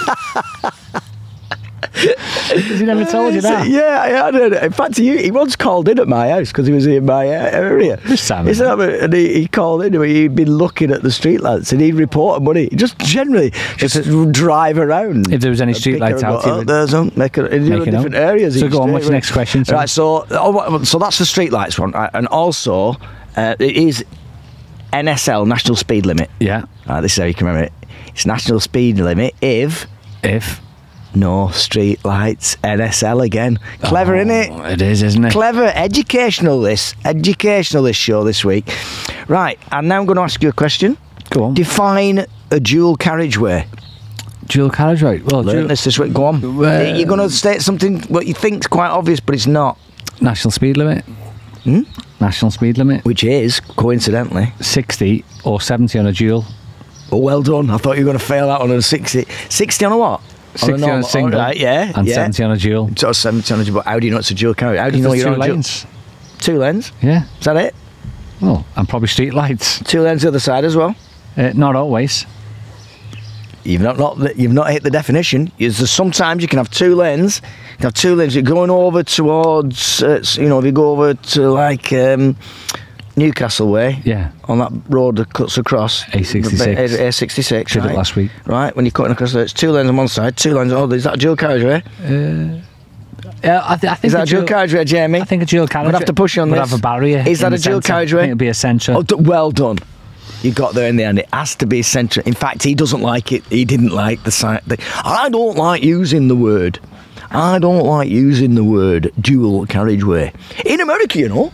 B: Has he never told you that?
A: Yeah, I had it. In fact, he, he once called in at my house because he was in my uh, area.
B: This time,
A: He said, and he, he called in and he'd been looking at the streetlights and he'd report money. Just generally, just drive around.
B: if there was any
A: Pick
B: streetlights
A: her
B: out,
A: up,
B: he
A: oh,
B: would-
A: there's some make it, in
B: Make it
A: different
B: out.
A: areas.
B: So
A: each
B: go on,
A: day,
B: what's the
A: right?
B: next question, sir?
A: Right, so oh, what- so that's the streetlights one, right, and also uh, it is NSL National Speed Limit.
B: Yeah.
A: Right, this is how you can remember it. It's National Speed Limit if
B: If
A: no street lights. NSL again. Clever,
B: in
A: innit?
B: Oh, It is, isn't it?
A: Clever, educational. This educational. This show this week. Right, and now I'm going to ask you a question.
B: Go on.
A: Define a dual carriageway.
B: dual carriageway. Well,
A: Learn
B: dual,
A: this this week. Go on.
B: Well-
A: You're going to state something what you think's quite obvious, but it's not.
B: national speed limit. Hmm? National speed limit.
A: Which is coincidentally.
B: Sixty or seventy on a dual.
A: Oh, well done. I thought you were going to fail out on a 60. 60 on a what?
B: Sixty on a,
A: normal-
B: single.
A: All right, yeah.
B: And
A: yeah.
B: seventy on a dual.
A: Sort of 70 on a. But how do you know it's a dual carriage? How do you know
B: There's
A: you're
B: two
A: on a dual-
B: lanes.
A: Two lanes.
B: Yeah.
A: Is that it?
B: Well, and probably street lights.
A: Two lanes the other side as well.
B: Uh, not always.
A: You've not, not you've not hit the definition. Is there- sometimes you can have two lanes. You can have two lanes. You're going over towards, uh, s- you know, if you go over to like um, Newcastle way,
B: Yeah.
A: on that road that cuts across
B: A66.
A: the- A66.
B: Did it
A: right?
B: last week.
A: Right, when you're cutting across, there, it's two lanes on one side, two lanes. Oh, is that a dual carriageway?
B: Yeah, I, th- I think
A: Is that a dual
B: dual-
A: carriageway, Jamie?
B: I think a dual carriage.
A: We'd have to push you on
B: would
A: this.
B: have a barrier.
A: Is
B: in
A: that
B: the
A: a dual
B: centre.
A: carriageway?
B: I think it'd be a centre.
A: Oh, d- well done. You got there in the end. It has to be central. In fact, he doesn't like it. He didn't like the site. The, I don't like using the word. I don't like using the word dual carriageway. In America, you know,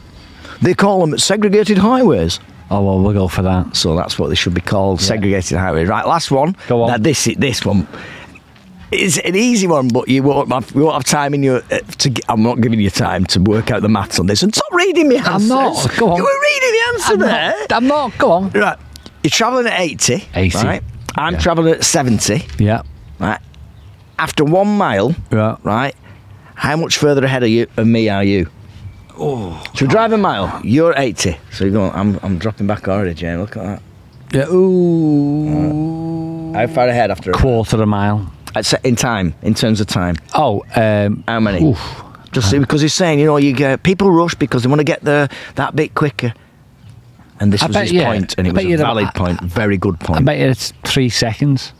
A: they call them segregated highways.
B: Oh, well, we'll go for that.
A: So that's what they should be called, segregated highways. Right, last one.
B: Go on.
A: Now this i- this one. It's an easy one, but you won't have, you won't have time in your. Uh, to, g- I'm not giving you time to work out the maths on this. And stop reading me answers.
B: I'm not. Go on.
A: You were reading the answer
B: I'm
A: there.
B: not, I'm not. Go on.
A: Right. You're travelling at 80.
B: 80.
A: Right. I'm
B: Yeah.
A: travelling at 70.
B: Yeah.
A: Right. After one mile.
B: Yeah.
A: Right. How much further ahead are you of me are you? Oh. So we drive a mile. You're 80. So you're going, I'm, I'm dropping back already, Jane. Look at that.
B: Yeah. Ooh.
A: How far ahead after?
B: Uh, Quarter a mile.
A: I'd say in time, in terms of time.
B: Oh. Um,
A: How many?
B: oof.
A: Just see, because he's saying, you know, you get people rush because they want to get there that bit quicker. And this
B: I
A: was
B: bet
A: his
B: you-
A: point, and
B: I
A: it
B: bet
A: was a
B: you the-
A: valid point, very good point.
B: I bet you it's three seconds.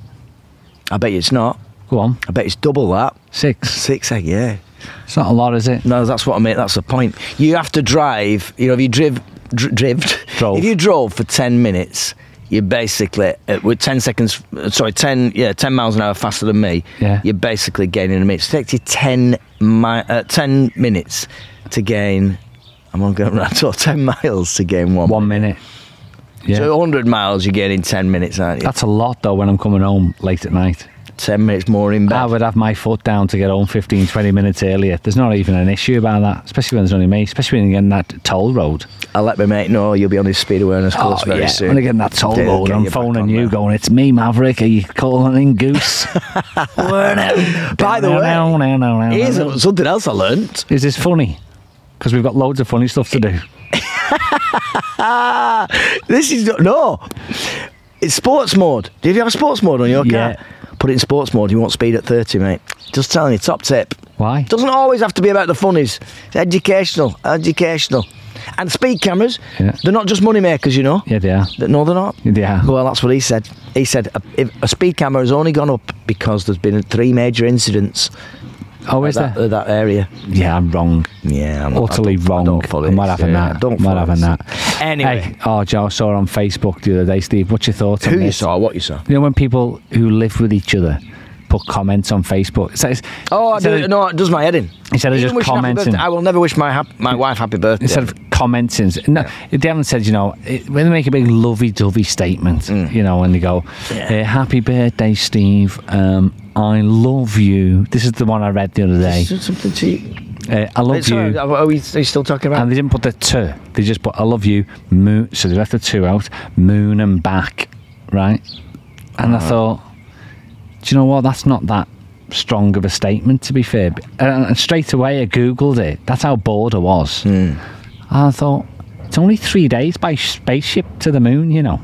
A: you it's not.
B: Go on.
A: I bet it's double that.
B: Six.
A: Six, eh, yeah.
B: It's not a lot, is it?
A: No, that's what I mean. That's the point. You have to drive. You know, if you driv, dr- drived,
B: Drove.
A: if you drove for ten minutes, you're basically uh, with ten seconds. uh, Sorry, ten. Yeah, ten miles an hour faster than me.
B: Yeah.
A: You're basically gaining a minute. It takes you ten mi- uh, ten minutes to gain. I'm not going around all ten miles to gain one.
B: One minute. Yeah.
A: So 100 miles you get in 10 minutes, aren't you?
B: That's a lot though when I'm coming home late at night.
A: 10 minutes more in
B: I
A: bed.
B: would have my foot down to get home 15, 20 minutes earlier. There's not even an issue about that, especially when there's only me, especially when you're getting that toll road.
A: I'll let my mate know you'll be on his speed awareness course very soon.
B: Oh, when you're getting that toll
A: Oh, They'll
B: road,
A: get
B: I'm
A: you back
B: phoning
A: on
B: you
A: there.
B: going, it's me, Maverick. Are you calling in Goose?
A: By the way, here's
B: way,
A: a- something else I learnt.
B: is this funny? Because we've got loads of funny stuff to do.
A: Ah, this is not, no. It's sports mode. Did you have sports mode on your
B: Yeah.
A: car? Put it in sports mode. You won't speed at 30, mate. Just telling you, top tip.
B: Why?
A: Doesn't always have to be about the funnies. It's educational, educational. And speed cameras,
B: Yeah.
A: they're not just money makers, you know.
B: Yeah, they are.
A: Th- No, they're not.
B: They are.
A: Well, that's what he said. He said a, if a speed camera has only gone up because there's been three major incidents
B: Oh,
A: at
B: is
A: that, uh,
B: there?
A: at that area.
B: Yeah, I'm wrong.
A: Yeah, I'm
B: utterly
A: I don't- I
B: wrong.
A: don't follow
B: I'm not
A: it.
B: having
A: Yeah,
B: that.
A: Don't
B: I'm not
A: follow
B: having
A: it.
B: that.
A: Anyway,
B: Hey, oh, Joe, I saw on Facebook the other day, Steve. What's your thoughts on
A: who you
B: this?
A: saw, what you saw.
B: You know when people who live with each other put comments on Facebook. It says,
A: Oh, I
B: instead
A: do,
B: of,
A: no, it does my head in.
B: instead of
A: Even
B: just
A: wishing happy
B: commenting-
A: birthday- I will never wish my hap- my wife happy birthday.
B: instead of commenting, no, they haven't said you know it, when they make a big lovey-dovey statement, you know, when they go,
A: Mm. Yeah.
B: uh, "Happy birthday, Steve." Um, I love you. This is the one I read the other day.
A: Is there something to you.
B: Uh, I love
A: It's all right.
B: you. Um,
A: Are, we, are you still talking about?
B: And they didn't put the two. They just put "I love you." Moon. So they left the two out. Moon and back, right? And
A: Uh-huh.
B: I thought, do you know what? That's not that strong of a statement, to be fair. And and straight away, I googled it. That's how bored I was.
A: Hmm.
B: And I thought, it's only three days by spaceship to the moon, you know.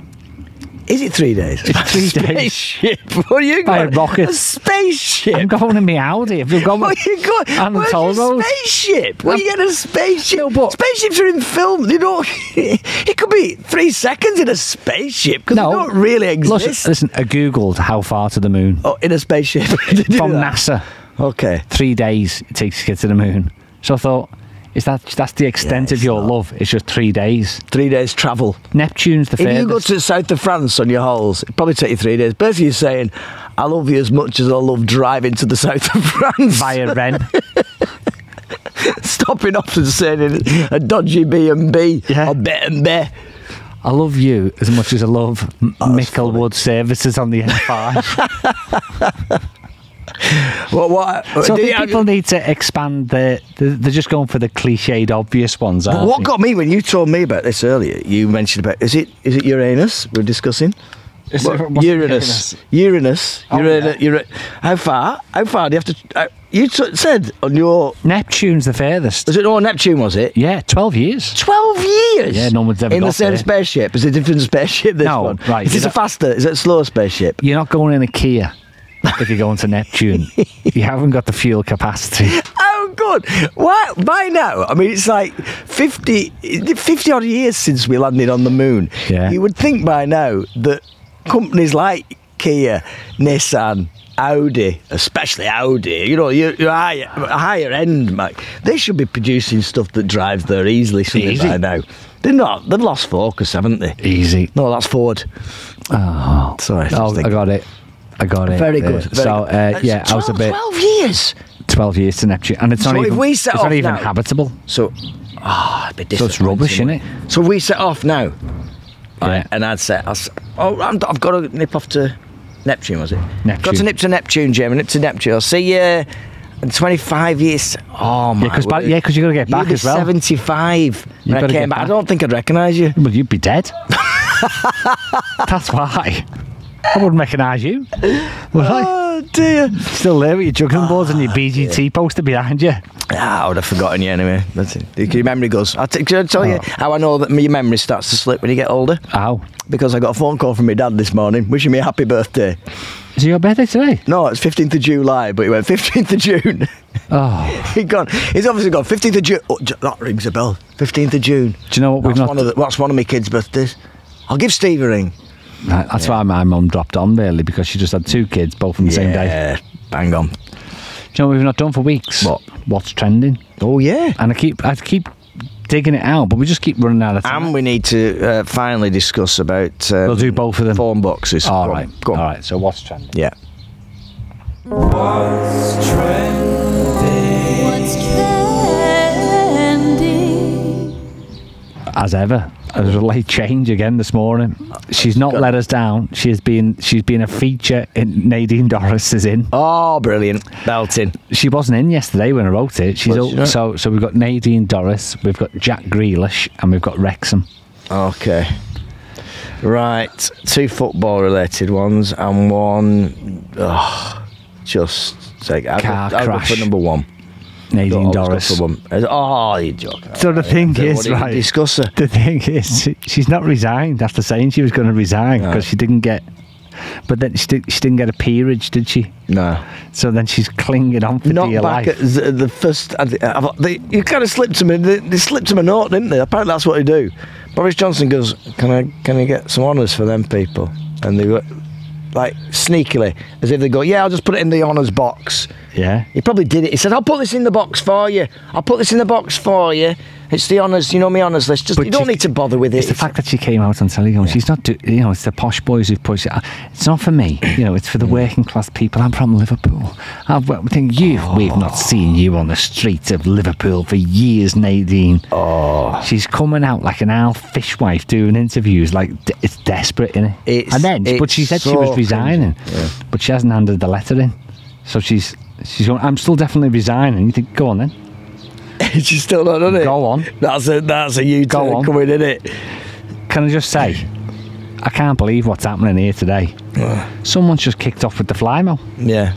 A: Is it three days?
B: It's three days.
A: Spaceship. What are you
B: By a
A: going-
B: rocket.
A: A spaceship.
B: I'm going in my Audi. If you've got
A: What you got?
B: And the
A: Where's
B: toll
A: your
B: road.
A: spaceship? Where you
B: I've-
A: get a spaceship?
B: No, but-
A: Spaceships are in film. You know, it could be three seconds in a spaceship because
B: No. uh,
A: they don't really exist.
B: Listen, listen, I googled how far to the moon
A: oh, in a spaceship. Did you
B: from
A: do that?
B: NASA.
A: Okay.
B: Three days it takes to get to the moon. So I thought, is that that's the extent
A: Yeah,
B: of
A: it's
B: your
A: not.
B: love? It's just three days.
A: Three days travel.
B: Neptune's the
A: If you go
B: furthest.
A: to the south of France on your holes, it'd probably take you three days. Basically, you're saying, I love you as much as I love driving to the south of France.
B: via Ren.
A: Stopping off and saying in a dodgy B&B
B: Yeah.
A: or B&B.
B: I love you as much as I love M- Micklewood services on the N5.
A: What, what,
B: so I
A: do you-
B: think people need to expand their. They're they're just going for the cliched, obvious ones.
A: But
B: Aren't
A: what
B: they?
A: got me when you told me about this earlier? You mentioned about is it is it Uranus we're discussing?
B: Is
A: What-
B: it- what's
A: Uranus, Uranus,
B: Oh,
A: Uranus,
B: yeah.
A: Uranus. How far? How far do you have to? Uh, you t- said on your
B: Neptune's the furthest.
A: was it no Neptune was it?
B: Yeah, twelve years.
A: Twelve years.
B: Yeah, no one's ever
A: in the
B: got
A: same
B: there.
A: spaceship. Is it a different spaceship? This
B: No,
A: one.
B: right,
A: Is this
B: you
A: a
B: know-
A: faster? Is it a slower spaceship?
B: You're not going in a Kia if you're going to Neptune. you haven't got the fuel capacity.
A: Oh, good. Why, by now, I mean, it's like 50, 50 odd years since we landed on the moon.
B: Yeah.
A: You would think by now that companies like Kia, Nissan, Audi, especially Audi, you know, your, your higher, higher end, Mike, they should be producing stuff that drives there easily shouldn't they,
B: Easy.
A: by now. They're not. They've lost focus, haven't they?
B: Easy.
A: No, that's Ford.
B: Oh,
A: Sorry. I was just
B: oh I
A: thinking.
B: got it. I got it.
A: Very
B: there.
A: good. very
B: so
A: good.
B: Uh,
A: That's
B: yeah, I was a
A: 12
B: bit
A: 12 years.
B: twelve years to Neptune, and it's
A: So
B: not
A: if
B: even.
A: we set
B: it's
A: off
B: not even
A: now-
B: habitable.
A: So, ah, a bit
B: So it's rubbish,
A: disappointing,
B: innit?
A: wasn't it? So we set off now,
B: Yeah.
A: and I'd say, I'd say oh, I'm, I've got to nip off to Neptune was it? Got to
B: Neptune.
A: Nip to Neptune, Jim. Nip to Neptune. I'll see you in 25 years. Oh my.
B: Yeah, 'cause back-
A: word.
B: yeah, 'cause you gotta get
A: You'll
B: back
A: be
B: as well.
A: 75
B: You
A: when I
B: better
A: came
B: get
A: back. I
B: back.
A: don't think I'd recognise you.
B: Well, you'd be dead. That's why. I wouldn't recognise you. Would I?
A: Oh dear.
B: Still there with your juggling boards and your BGT poster behind you.
A: Ah, I would have forgotten you anyway. That's it. Your memory goes. I'll, t- shall I tell you
B: Oh.
A: how I know that my memory starts to slip when you get older?
B: Ow.
A: Because I got a phone call from my dad this morning wishing me a happy birthday.
B: Is it your birthday today?
A: No, it's 15th of July, but he went 15th of June.
B: Oh.
A: He'd gone. He's obviously gone. 15th of June. Oh, j- that rings a bell. 15th of June.
B: Do you know what we've
A: That's
B: not-
A: One of the, that's one of my kids' birthdays. I'll give Steve a ring.
B: Right, That's why my mum dropped on, really, because she just had two kids, both on the same day.
A: Yeah, Bang on.
B: Do you know what we've not done for weeks?
A: What?
B: What's trending?
A: Oh, yeah.
B: And I keep, I keep digging it out, but we just keep running out of time.
A: And we need to uh, finally discuss about. Uh,
B: We'll do both of them.
A: Phone boxes.
B: All
A: Go on,
B: right.
A: Go on.
B: All right. So what's trending?
A: Yeah.
C: What's trendy?
B: as ever. It was a late change again this morning. She's not let us down. She has been she's been a feature in Nadine Doris is in.
A: Oh, brilliant. Belting.
B: She wasn't in yesterday when I wrote it. She's
A: Was
B: all,
A: she not?
B: so so we've got Nadine Doris, we've got Jack Grealish, and we've got Wrexham.
A: Okay. Right. Two football related ones and one. Oh, just. Take, I'll,
B: Car
A: go, I'll go
B: crash.
A: for number one.
B: Nadine
A: I'll always go
B: Doris.
A: for one. Oh, you're joking.
B: So the thing
A: What
B: is,
A: did you
B: right?
A: Discuss her.
B: The thing is, she- she's not resigned after saying she was going to resign because
A: No.
B: she didn't get. But then she, did, she didn't get a peerage, did she?
A: No.
B: So then she's clinging on for
A: Not
B: dear
A: back
B: life.
A: at the, the first. I, I, they, you kind of slipped him. in- They, they slipped him a note, didn't they? Apparently, that's what they do. Boris Johnson goes, "Can I? Can I get some honours for them people?" And they go, like sneakily, as if they go, "Yeah, I'll just put it in the honours box."
B: yeah.
A: He probably did it. He said, "I'll put this in the box for you. I'll put this in the box for you. It's the honours. You know me honours list. Just
B: But
A: you don't
B: she-
A: need to bother with it."
B: It's the fact that she came out on telly going, she's not, do, you know, it's the posh boys who've pushed it. It's not for me, you know, it's for the
A: Mm.
B: working class people. I'm from Liverpool. I've, I think you,
A: Oh.
B: we've not seen you on the streets of Liverpool for years, Nadine. Oh. She's coming out like an owl fishwife doing interviews, like d- it's desperate, innit?
A: It's-
B: and then, but
A: it's
B: she said she
A: so
B: was resigning,
A: cringy, yeah.
B: but she hasn't handed the letter in. So she's, she's going, I'm still definitely resigning. You think, go on then.
A: She's still not done it.
B: Go on.
A: That's a that's a U
B: Go
A: turn
B: on.
A: coming in it.
B: Can I just say, I can't believe what's happening here today. Someone's just kicked off with the fly mill.
A: Yeah.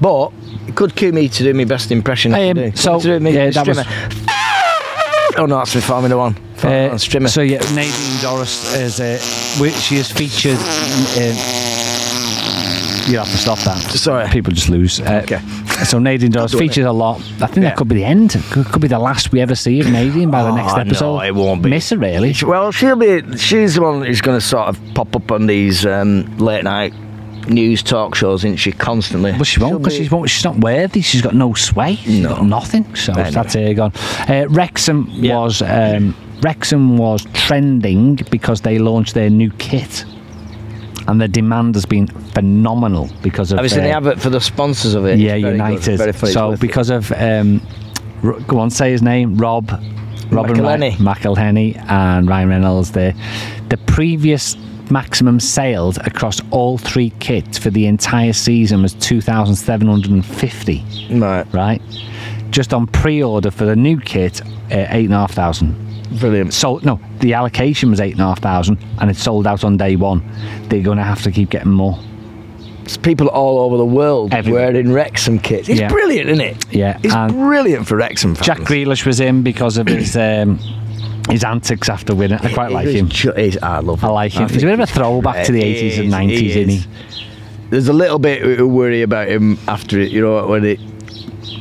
A: But it could cue me to do my best impression. I can
B: Um,
A: do.
B: so,
A: to do me
B: yeah, that was-
A: strimmer. Oh no, that's my Formula One. Formula
B: Uh,
A: One strimmer.
B: so yeah, Nadine Doris is uh, we- she is featured. Um, you have to stop that.
A: Sorry.
B: people just lose. Uh,
A: Okay.
B: So Nadine Doris
A: do it.
B: features a lot. I think
A: Yeah.
B: that could be the end. Could, could be the last we ever see of Nadine by the
A: Oh,
B: next
A: no,
B: episode.
A: it won't be.
B: Miss her really.
A: well, she'll be. She's the one who's going to sort of pop up on these um, late night news talk shows, isn't she? Constantly.
B: Well, she won't because
A: She'll
B: she's won't, she's not worthy. She's got no sway. She's
A: No.
B: got nothing. So
A: Anyway.
B: that's her gone. Uh, Wrexham
A: Yeah.
B: was um, Wrexham was trending because they launched their new kit, and the demand has been phenomenal because of.
A: Have you seen
B: uh,
A: the advert for the sponsors of it?
B: yeah,
A: It's very good,
B: United.
A: very pleased
B: so
A: with it.
B: because of um, R- go on, say his name, Rob, Rob
A: McElhenney.
B: and Ryan, McElhenney and Ryan Reynolds. The the previous maximum sales across all three kits for the entire season was two thousand seven hundred and fifty.
A: Right,
B: Right, just on pre-order for the new kit, uh, eight and a half thousand
A: brilliant.
B: sold no the allocation was eight and a half thousand and it sold out on day one they're going to have to keep getting more
A: It's people all over the world
B: Everywhere.
A: wearing Wrexham kits. It's
B: Yeah.
A: brilliant, isn't it?
B: Yeah,
A: It's
B: and-
A: brilliant for Wrexham fans.
B: Jack Grealish was in because of his um, his antics after winning. I quite like
A: He's
B: him.
A: ju- he's- I love him.
B: I like him.
A: think
B: He's a bit of a throwback to the
A: great.
B: 80s and
A: He
B: 90s, isn't he?
A: There's a little bit of worry about him after it, you know, when it.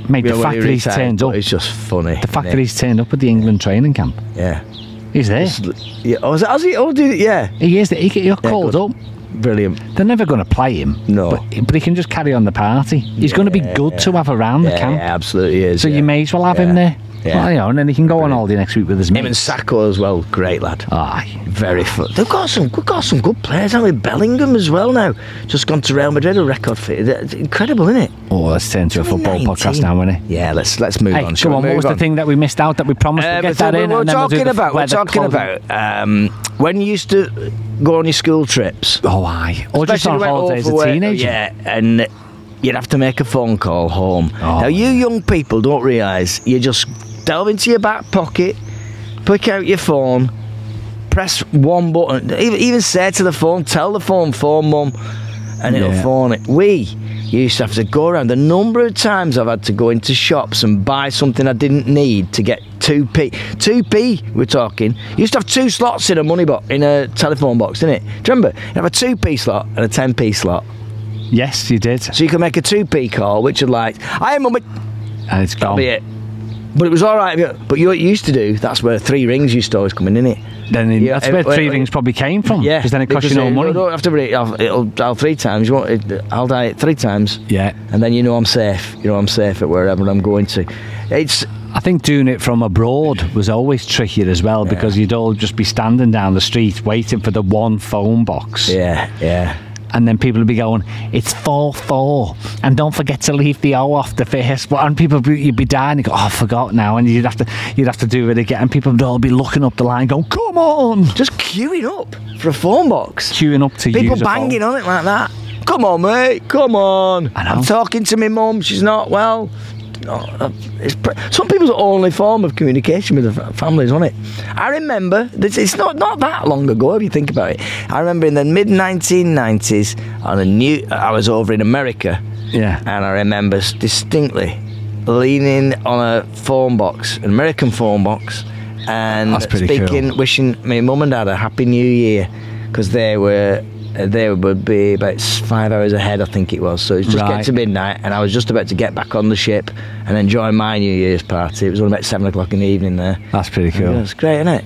B: Mate,
A: you know, when
B: the fact
A: he
B: that he's
A: retired,
B: turned
A: but
B: up,
A: It's
B: the
A: just funny. The
B: fact that he's turned up at the England training camp,
A: Yeah.
B: he's there.
A: Yeah. Oh, is it, has he? Oh, did he? Yeah.
B: He is there. He get, you're
A: Yeah,
B: called
A: good.
B: up.
A: Brilliant.
B: They're never going to play him.
A: No.
B: But, but he can just carry on the party. He's going to be good to have around
A: Yeah,
B: the camp.
A: yeah, absolutely is.
B: so
A: yeah.
B: you may as well have him
A: Yeah.
B: there.
A: Yeah.
B: Well, you know, and then he can go on holiday next week with his
A: Him and
B: mates.
A: Sacco as well, great lad.
B: Aye.
A: Very fun. They've got some. We've got some good players. haven't we? Bellingham as well now. Just gone to Real Madrid, a record fit. That's incredible, isn't it?
B: Oh, let's turn to a football
A: 19.
B: podcast now, won't it?
A: Yeah, let's let's move
B: Hey,
A: on.
B: come
A: shall we
B: on, what
A: move
B: was the thing that we missed out that we promised
A: Uh,
B: to
A: but
B: get that
A: we-
B: in?
A: we're
B: and then we'll do
A: talking
B: the
A: about. We're
B: weather
A: talking
B: clothing.
A: about um, when you used to go on your school trips.
B: Oh, aye. Or just
A: especially
B: on
A: when
B: holidays as
A: overweight-
B: a teenager.
A: Yeah, and you'd have to make a phone call home.
B: Oh.
A: Now you young people don't realise you just delve into your back pocket, pick out your phone, press one button, even, even say to the phone, tell the phone, phone mum, and it'll
B: Yeah.
A: phone it. We used to have to go around. The number of times I've had to go into shops and buy something I didn't need to get 2p. 2p, we're talking. You used to have two slots in a money box, in a telephone box, didn't it? Do you remember? You'd have a 2p slot and a 10p slot.
B: Yes, you did.
A: So you could make a 2p call, which would like, I am on my
B: And it's
A: That'll
B: gone.
A: be it. But it was all right. if you- But you know what you used to do, that's where three rings used to always come in, innit?
B: Then
A: Yeah,
B: that's where
A: it-
B: three
A: it-
B: rings probably came from.
A: Yeah,
B: Because then it cost you
A: because
B: no
A: it-
B: money.
A: You don't have to break. I'll, it'll, I'll three times. You won't, it, I'll die it three times.
B: Yeah.
A: and then you know I'm safe. You know I'm safe at wherever I'm going to. It's
B: I think doing it from abroad was always trickier as well because you'd all just be standing down the street waiting for the one phone box.
A: yeah, yeah.
B: And then people would be going, it's 4 4. And don't forget to leave the O off the first one. And people, be, you'd be dying. You go, oh, I forgot now. And you'd have to you'd have to do it again. And people would all be looking up the line going, come on.
A: Just queuing up for a phone box.
B: Queuing up to
A: People
B: use a phone.
A: banging on it like that. Come on, mate. Come on.
B: I know.
A: I'm talking to my mum. She's not well. No, uh, it's pre- some people's only form of communication with the families, isn't it? I remember this, it's not not that long ago if you think about it. I remember in the mid 1990s on a new I was over in America
B: Yeah.
A: and I remember s- distinctly leaning on a phone box, an American phone box, and
B: That's pretty
A: speaking, wishing my mum and dad a happy new year because they were. uh, They would be about s- five hours ahead, I think it was. So it's just
B: Right.
A: get to midnight, and I was just about to get back on the ship and enjoy my New Year's party. It was only about seven o'clock in the evening there.
B: That's pretty
A: Yeah,
B: cool.
A: it's great, isn't it?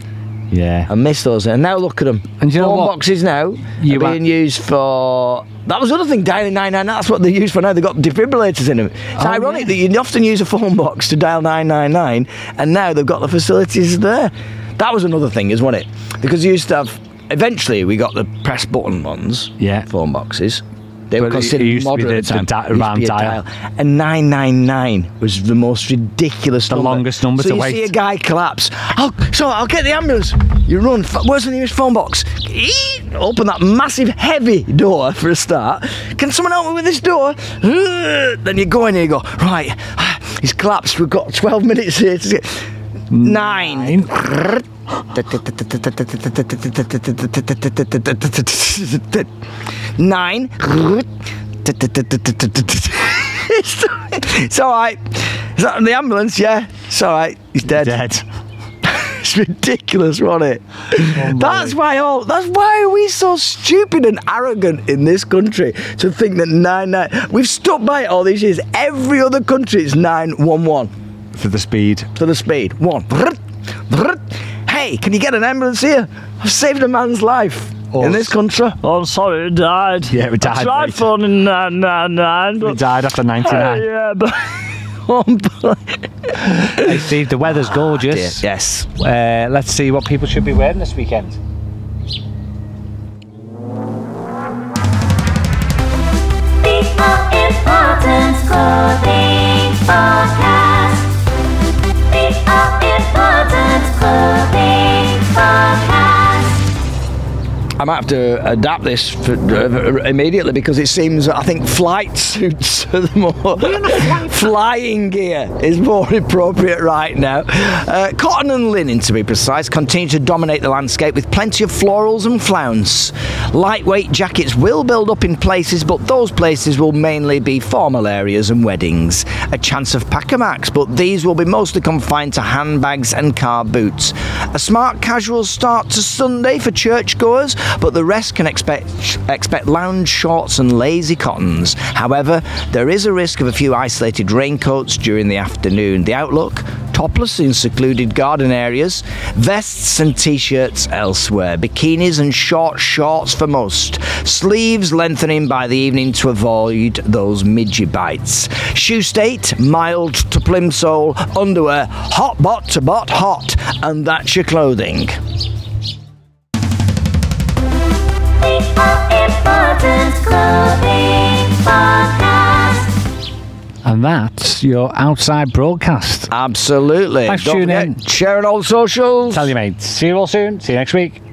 B: Yeah.
A: I miss those. And now look at them.
B: And you know
A: Phone
B: what?
A: boxes now
B: You
A: are
B: are-
A: being used for. That was another thing, dialing 999. That's what they're used for now. They've got defibrillators in them. It's
B: Oh,
A: ironic
B: yeah.
A: that you often use a phone box to dial 999, and now they've got the facilities there. That was another thing, is wasn't it? Because you used to have. Eventually, we got the press button ones,
B: Yeah.
A: phone boxes. They were
B: But it- it
A: considered
B: used to be
A: modern at
B: the-
A: time.
B: the da-
A: It used to
B: round
A: be a
B: dial.
A: And 999 was the most ridiculous
B: The longest number
A: so
B: to
A: you
B: wait.
A: see a guy collapse. Oh, so I'll get the ambulance. You run. F- Where's the nearest phone box? Eee! Open that massive, heavy door for a start. Can someone help me with this door? Ugh! Then you go in here. You go right. He's collapsed. We've got 12 minutes here to get nine. Nine. it's, it's all right. Is that the ambulance? Yeah. It's all right. He's dead.
B: Dead.
A: It's ridiculous, wasn't it? that's why all. That's why are we so stupid and arrogant in this country to think that nine nine. We've stuck by it all these years. Every other country is nine one one
B: For the speed.
A: to the speed. One. Brrrt, brrrt. Hey, can you get an ambulance here? I've saved a man's life in this country.
C: Oh, I'm sorry, it died.
B: Yeah, it died,
C: I tried uh,
B: mate.
C: phoning 999,
B: We
C: but.
B: died after
A: Oh,
B: 99.
C: yeah, but.
B: Hey, Steve, the weather's gorgeous.
A: Yes.
B: Uh, let's see what people should be wearing this weekend.
D: People Importance Clothing Podcast. People Importance Clothing Podcast.
A: I might have to adapt this for, uh, immediately because it seems I think flight suits are the more flying gear is more appropriate right now. Uh, cotton and linen, to be precise, continue to dominate the landscape with plenty of florals and flounce. Lightweight jackets will build up in places, but those places will mainly be formal areas and weddings. A chance of pack a max, but these will be mostly confined to handbags and car boots. A smart casual start to Sunday for churchgoers, but the rest can expect expect lounge shorts and lazy cottons. However, there is a risk of a few isolated raincoats during the afternoon. The outlook topless in secluded garden areas, vests and t shirts elsewhere, bikinis and short shorts for most, sleeves lengthening by the evening to avoid those midgie bites. Shoe state mild to plimsoll, underwear hot bot to bot hot, and that's your clothing.
D: The Important Clothing Podcast.
B: And that's your outside broadcast.
A: Absolutely.
B: Thanks for
A: Don't
B: tuning
A: forget,
B: in.
A: Share on all socials.
B: Tell your mates. See you all soon. See you next week.